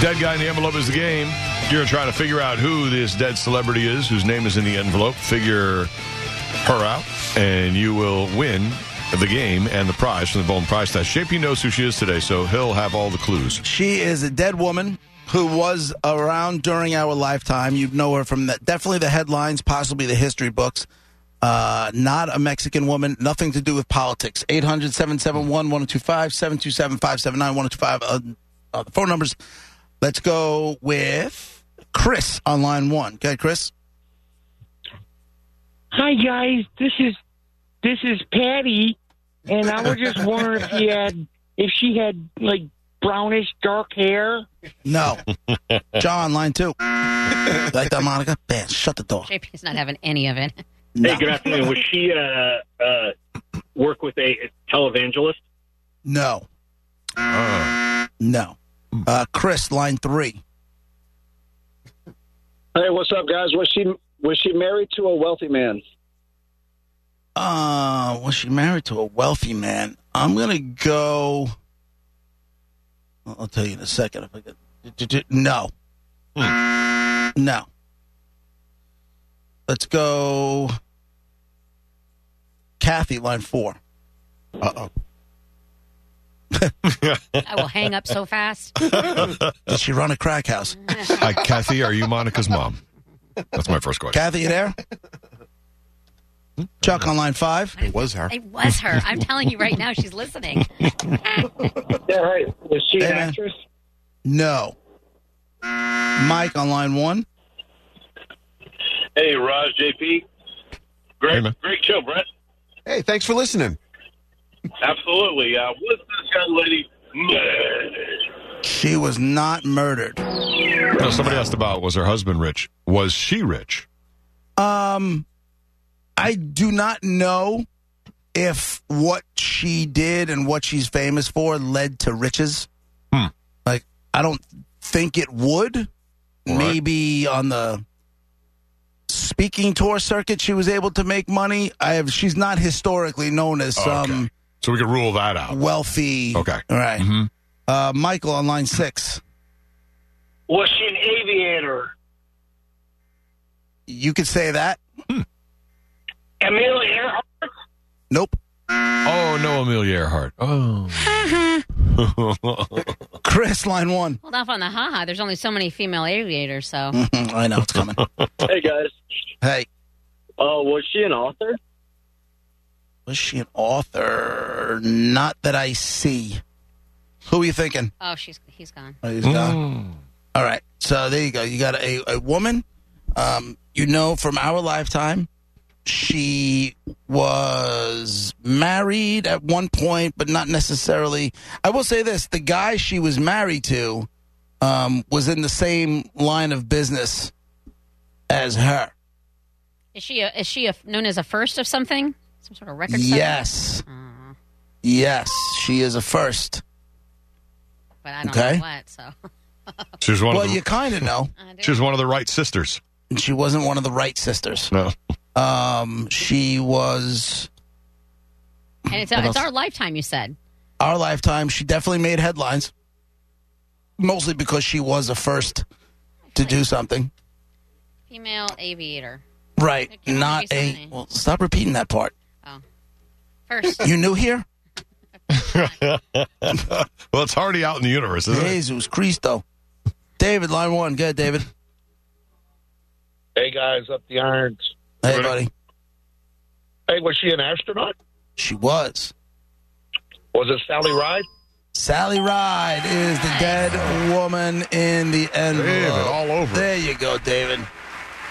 Dead guy in the envelope is the game. You're trying to figure out who this dead celebrity is, whose name is in the envelope. Figure her out, and you will win the game and the prize from the Bone Prize Test. JP knows who she is today, so he'll have all the clues. She is a dead woman who was around during our lifetime. You'd know her from the, definitely the headlines, possibly the history books. Uh, not a Mexican woman, nothing to do with politics. 800 771 1025 727 579 1025. Uh, the phone numbers. Let's go with Chris on line one. Okay, Chris. Hi guys, this is this is Patty, and I was just wondering if you had if she had like brownish dark hair. No. John, line two. like that, Monica? Man, shut the door. JP's not having any of it. No. Hey, good afternoon. Was she uh, uh, work with a televangelist? No. No. Uh, Chris, line three. Hey, what's up, guys? Was she was she married to a wealthy man? Uh, was she married to a wealthy man? I'm gonna go. I'll I'll tell you in a second if I could. d- d- d- No, Hmm. no. Let's go. Kathy, line four. Uh oh. I will hang up so fast. Did she run a crack house? Hi, Kathy, are you Monica's mom? That's my first question. Kathy, you there? Chuck on line five. It was her. It was her. I'm telling you right now, she's listening. Yeah, right. Was she Hey, an man. actress? No. Mike on line one. Hey, Raj, JP. Great, Hey, man. great show, Brett. Hey, thanks for listening. Absolutely. Uh, was this young lady murdered? She was not murdered. No, somebody asked about was her husband rich? Was she rich? Um, I do not know if what she did and what she's famous for led to riches. Hmm. Like, I don't think it would. All right. Maybe on the speaking tour circuit, she was able to make money. I have. She's not historically known as Okay. some So we could rule that out. wealthy. Oh, Okay. All right. hmm Uh, Michael on line six. Was she an aviator? You could say that. Amelia Earhart. Nope. Oh, no, Amelia Earhart. Oh. Chris, line one. Hold off on the haha. There's only so many female aviators, so Mhm, I know it's coming. hey, guys. hey, Uh, was she an author? was she an author? Not that I see. Who are you thinking? oh, she's he's gone. Oh, he's gone. All right. So there you go. You got a, a woman. Um, you know from our lifetime, she was married at one point, but not necessarily. I will say this: the guy she was married to um, was in the same line of business as her. Is she a, is she a, known as a first of something? Some sort of record? setter? Yes, Mm, yes, she is a first. but I don't Okay. know what. So She was one Well, of the, you kind of know. I do. she was one of the right sisters. And she wasn't one of the Wright sisters. No. Um, she was and it's, What it's else? our lifetime. You said our lifetime. She definitely made headlines, mostly because she was the first to do something. female aviator Right, There can not be so a. many. Well, stop repeating that part. first. You new here? Well, it's already out in the universe, isn't it? Jesus Cristo. David, line one. Good, David. Hey, guys, up the irons. Hey, buddy. Hey, was she an astronaut? She was. Was it Sally Ride? Sally Ride is the dead woman in the envelope. David, all over. There you go, David.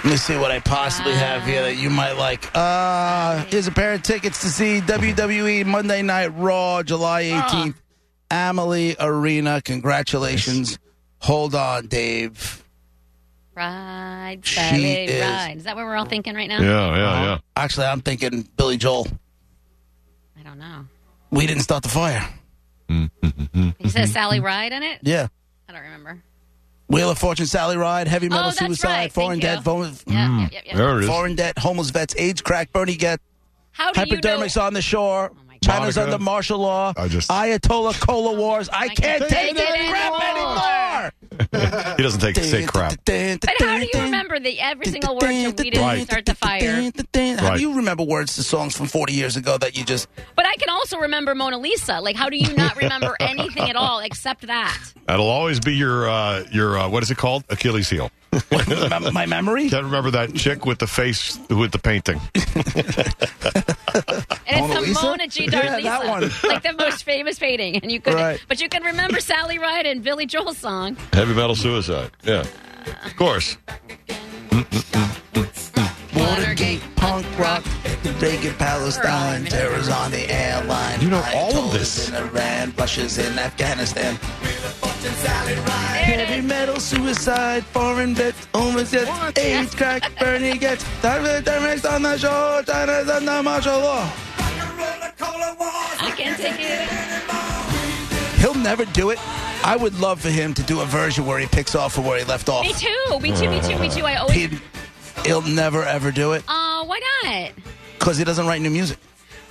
Let me see what I possibly have here that you might like. Uh, Ah. here's a pair of tickets to see WWE Monday Night Raw, July 18th, Amalie Arena. Congratulations. Hold on, Dave. Ride, She ballet, is- ride. Is that what we're all thinking right now? Yeah, Oh, Uh-huh. yeah, yeah. Actually, I'm thinking Billy Joel. I don't know. We didn't start the fire. He says Sally Ride in it. Mm. Yeah. I don't remember. Wheel of Fortune, Sally Ride, Heavy Metal Oh, that's Suicide, right. Foreign Thank you. Dead, Vo- Yeah, Mm. yeah, yeah, yeah. There it is. Foreign Debt, Homeless Vets, AIDS Crack, Bernie Get, How do you know? Oh Hypodermics on the Shore, my God. China's Monica. under martial law. I just- Ayatollah Cola wars. I can't take that crap anymore. He doesn't take say crap. But But how do you remember the every single word to read it Right. and start the fire? How Right. do you remember words to songs from 40 years ago that you just But I can also remember Mona Lisa. Like, how do you not remember anything at all except that? That'll always be your uh, your uh, what is it called? Achilles heel. my, my memory? Can't remember that chick with the face with the painting. And Mona it's the Lisa? Mona G. Dar Yeah, Lisa, that one. like the most famous painting. And you could, Right. but you can remember Sally Ride and Billy Joel's song. Heavy metal suicide. Yeah, of course. Watergate, punk rock, Reagan, Palestine, Right. terror's on the airline. You know all of Ayatollahs this. In Iran, Russia's in Afghanistan. There it Heavy is. metal, suicide, foreign bits, homeless gets, AIDS, crack, Bernie gets, time for the terrorists on the shore, China's under martial law. I can't take it. He'll never do it. I would love for him to do a version where he picks off from where he left off. Me too. Me too. Me too. Me too. I He'd, always. he'll never ever do it Oh, why not? because he doesn't write new music.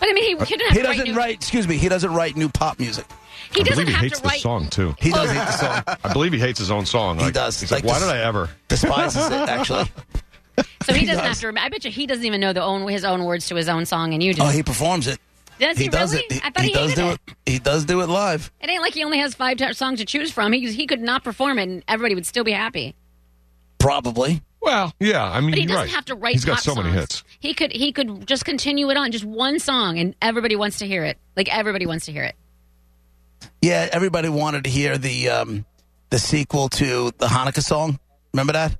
But I mean, he, he didn't have He to doesn't new- write, excuse me, he doesn't write new pop music. He I doesn't believe he have hates to the write. song too. He does hate the song. I believe he hates his own song. He Like, does. He's like, Like why this- did I ever? Despises it, actually. So he, He doesn't does. have to. Remember. I bet you he doesn't even know the own his own words to his own song, and you do. Oh, he performs it. does he, does really? it. He, I thought he he, does hated do it. it. He does do it live. It ain't like he only has five t- songs to choose from. He he could not perform it, and everybody would still be happy. Probably. Well, yeah. I mean, But he you're doesn't right. have to write. He's got pop so many songs. hits. He could he could just continue it on, just one song, and everybody wants to hear it. Like everybody wants to hear it. Yeah, everybody wanted to hear the um, the sequel to the Hanukkah song. Remember that?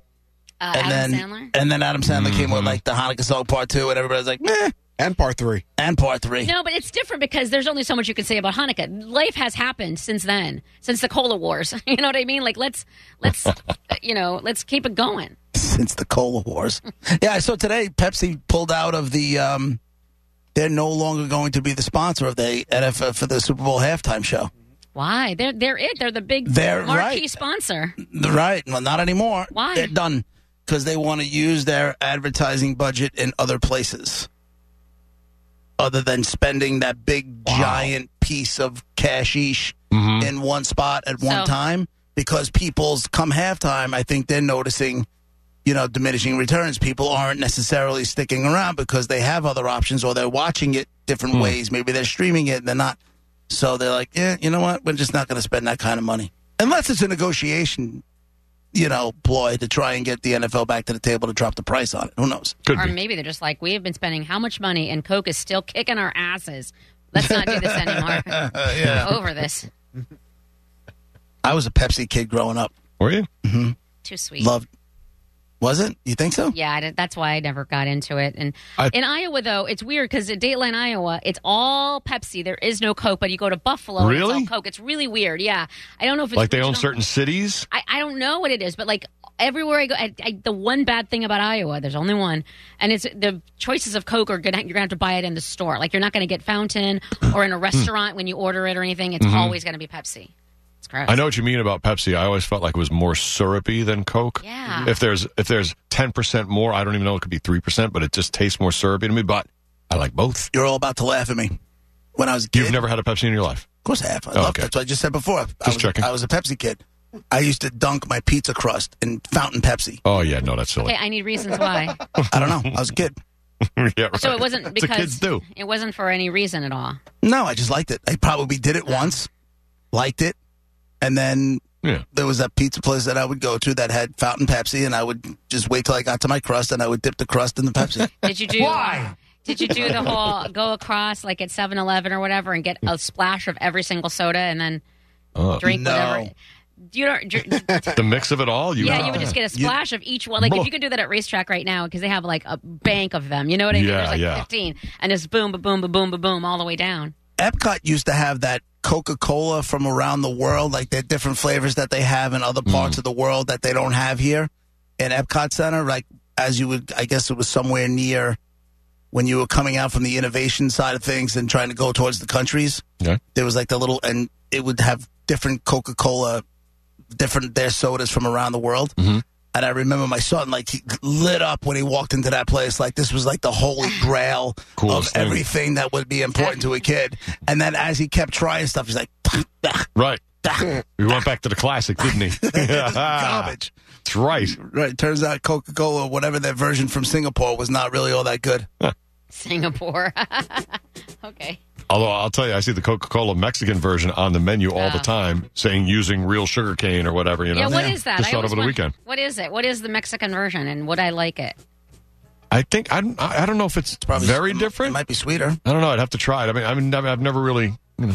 Uh, And Adam then Sandler. Mm-hmm. and then Adam Sandler came with like the Hanukkah song part two, and everybody's like, meh. And part three. And part three. No, but it's different because there's only so much you can say about Hanukkah. Life has happened since then, since the Cola Wars. you know what I mean? Like let's let's uh, you know let's keep it going. Since the Cola Wars. yeah, I saw today Pepsi pulled out of the. Um, they're no longer going to be the sponsor of the NFL for the Super Bowl halftime show. Why? They're they're it. They're the big They're marquee right. sponsor. Right. Well, not anymore. Why? They're done because they want to use their advertising budget in other places other than spending that big giant piece of cash each in one spot at So- one time because people's come halftime, I think they're noticing. You know, diminishing returns. People aren't necessarily sticking around because they have other options or they're watching it different ways. Maybe they're streaming it and they're not so they're like, yeah, you know what? We're just not going to spend that kind of money. Unless it's a negotiation, you know, ploy to try and get the NFL back to the table to drop the price on it. Who knows? Could or be. maybe they're just like we have been spending how much money, and Coke is still kicking our asses. Let's not do this anymore. I'm Over this. I was a Pepsi kid growing up. Were you? Too sweet. Loved. Was it? You think so? Yeah, I did- that's why I never got into it. And I- in Iowa, though, it's weird because at Dateline Iowa, it's all Pepsi. There is no Coke, but you go to Buffalo, and Really? it's all Coke. It's really weird. Yeah, I don't know if it's Like they own regional. certain cities. I, I don't know what it is, but like everywhere I go, I, I, the one bad thing about Iowa, there's only one, and it's the choices of Coke are gonna you're gonna have to buy it in the store. Like you're not gonna get fountain or in a restaurant when you order it or anything. It's always gonna be Pepsi. It's gross. Mm-hmm. I know what you mean about Pepsi. I always felt like it was more syrupy than Coke. Mm-hmm. Yeah. If there's if there's ten percent more, I don't even know. It could be three percent, but it just tastes more syrupy to me. But I like both. You're all about to laugh at me. When I was a kid, You've never had a Pepsi in your life. of course I have. I Oh, love okay. That's what I just said before. I was, checking. I was a Pepsi kid. I used to dunk my pizza crust in fountain Pepsi. Oh yeah, no, that's silly. Okay, I need reasons why. I don't know. I was a kid. yeah, right. So it wasn't That's what because kids do. it wasn't for any reason at all. No, I just liked it. I probably did it once, liked it, and then Yeah. there was that pizza place that I would go to that had fountain Pepsi, and I would just wait till I got to my crust, and I would dip the crust in the Pepsi. Did you do why? Did you do the whole go across like at 7-Eleven or whatever and get a splash of every single soda and then Oh. drink No. whatever? You don't. dr- The mix of it all. You yeah, you would just get a You- splash of each one. Like if you could do that at racetrack right now because they have like a bank of them. You know what I mean? Yeah, There's like yeah. fifteen, and it's boom, ba boom, ba boom, ba boom, all the way down. Epcot used to have that Coca Cola from around the world, like the different flavors that they have in other parts of the world that they don't have here in Epcot Center. Like, as you would, I guess it was somewhere near when you were coming out from the innovation side of things and trying to go towards the countries. Okay. There was like the little, and it would have different Coca Cola, different their sodas from around the world. And I remember my son, like, he lit up when he walked into that place. Like, this was like the holy grail of Coolest thing. everything that would be important to a kid. And then as he kept trying stuff, he's like, Right. We went back to the classic, didn't he? garbage. That's right. Right. Turns out Coca Cola, whatever their version from Singapore, was not really all that good. Singapore. okay. Although I'll tell you, I see the Coca Cola Mexican version on the menu all the Yeah. time, saying using real sugar cane or whatever. You know, Yeah, what is that? Just I saw it always over the want- weekend. What is it? What is the Mexican version and would I like it? I think I don't, I I don't know if it's, very it m- different. It might be sweeter. I don't know. I'd have to try it. I mean, I mean, I've I've never really, you know,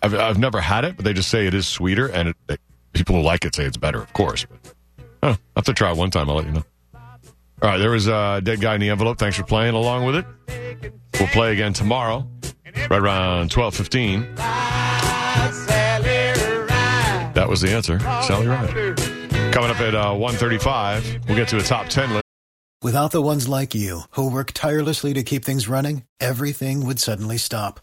I've, I've never had it, but they just say it is sweeter, and it, it- people who like it say it's better, of course. But, I don't know. I'll have to try it one time. I'll let you know. All right, there was a dead guy in the envelope. Thanks for playing along with it. We'll play again tomorrow, right around twelve fifteen. That was the answer, Sally Ride. Coming up at uh, one thirty-five, we'll get to a top ten list. Without the ones like you, who work tirelessly to keep things running, everything would suddenly stop.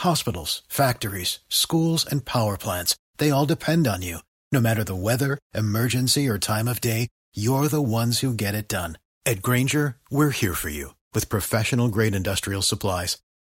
Hospitals, factories, schools, and power plants, they all depend on you. No matter the weather, emergency, or time of day, you're the ones who get it done. At Granger, we're here for you with professional grade industrial supplies.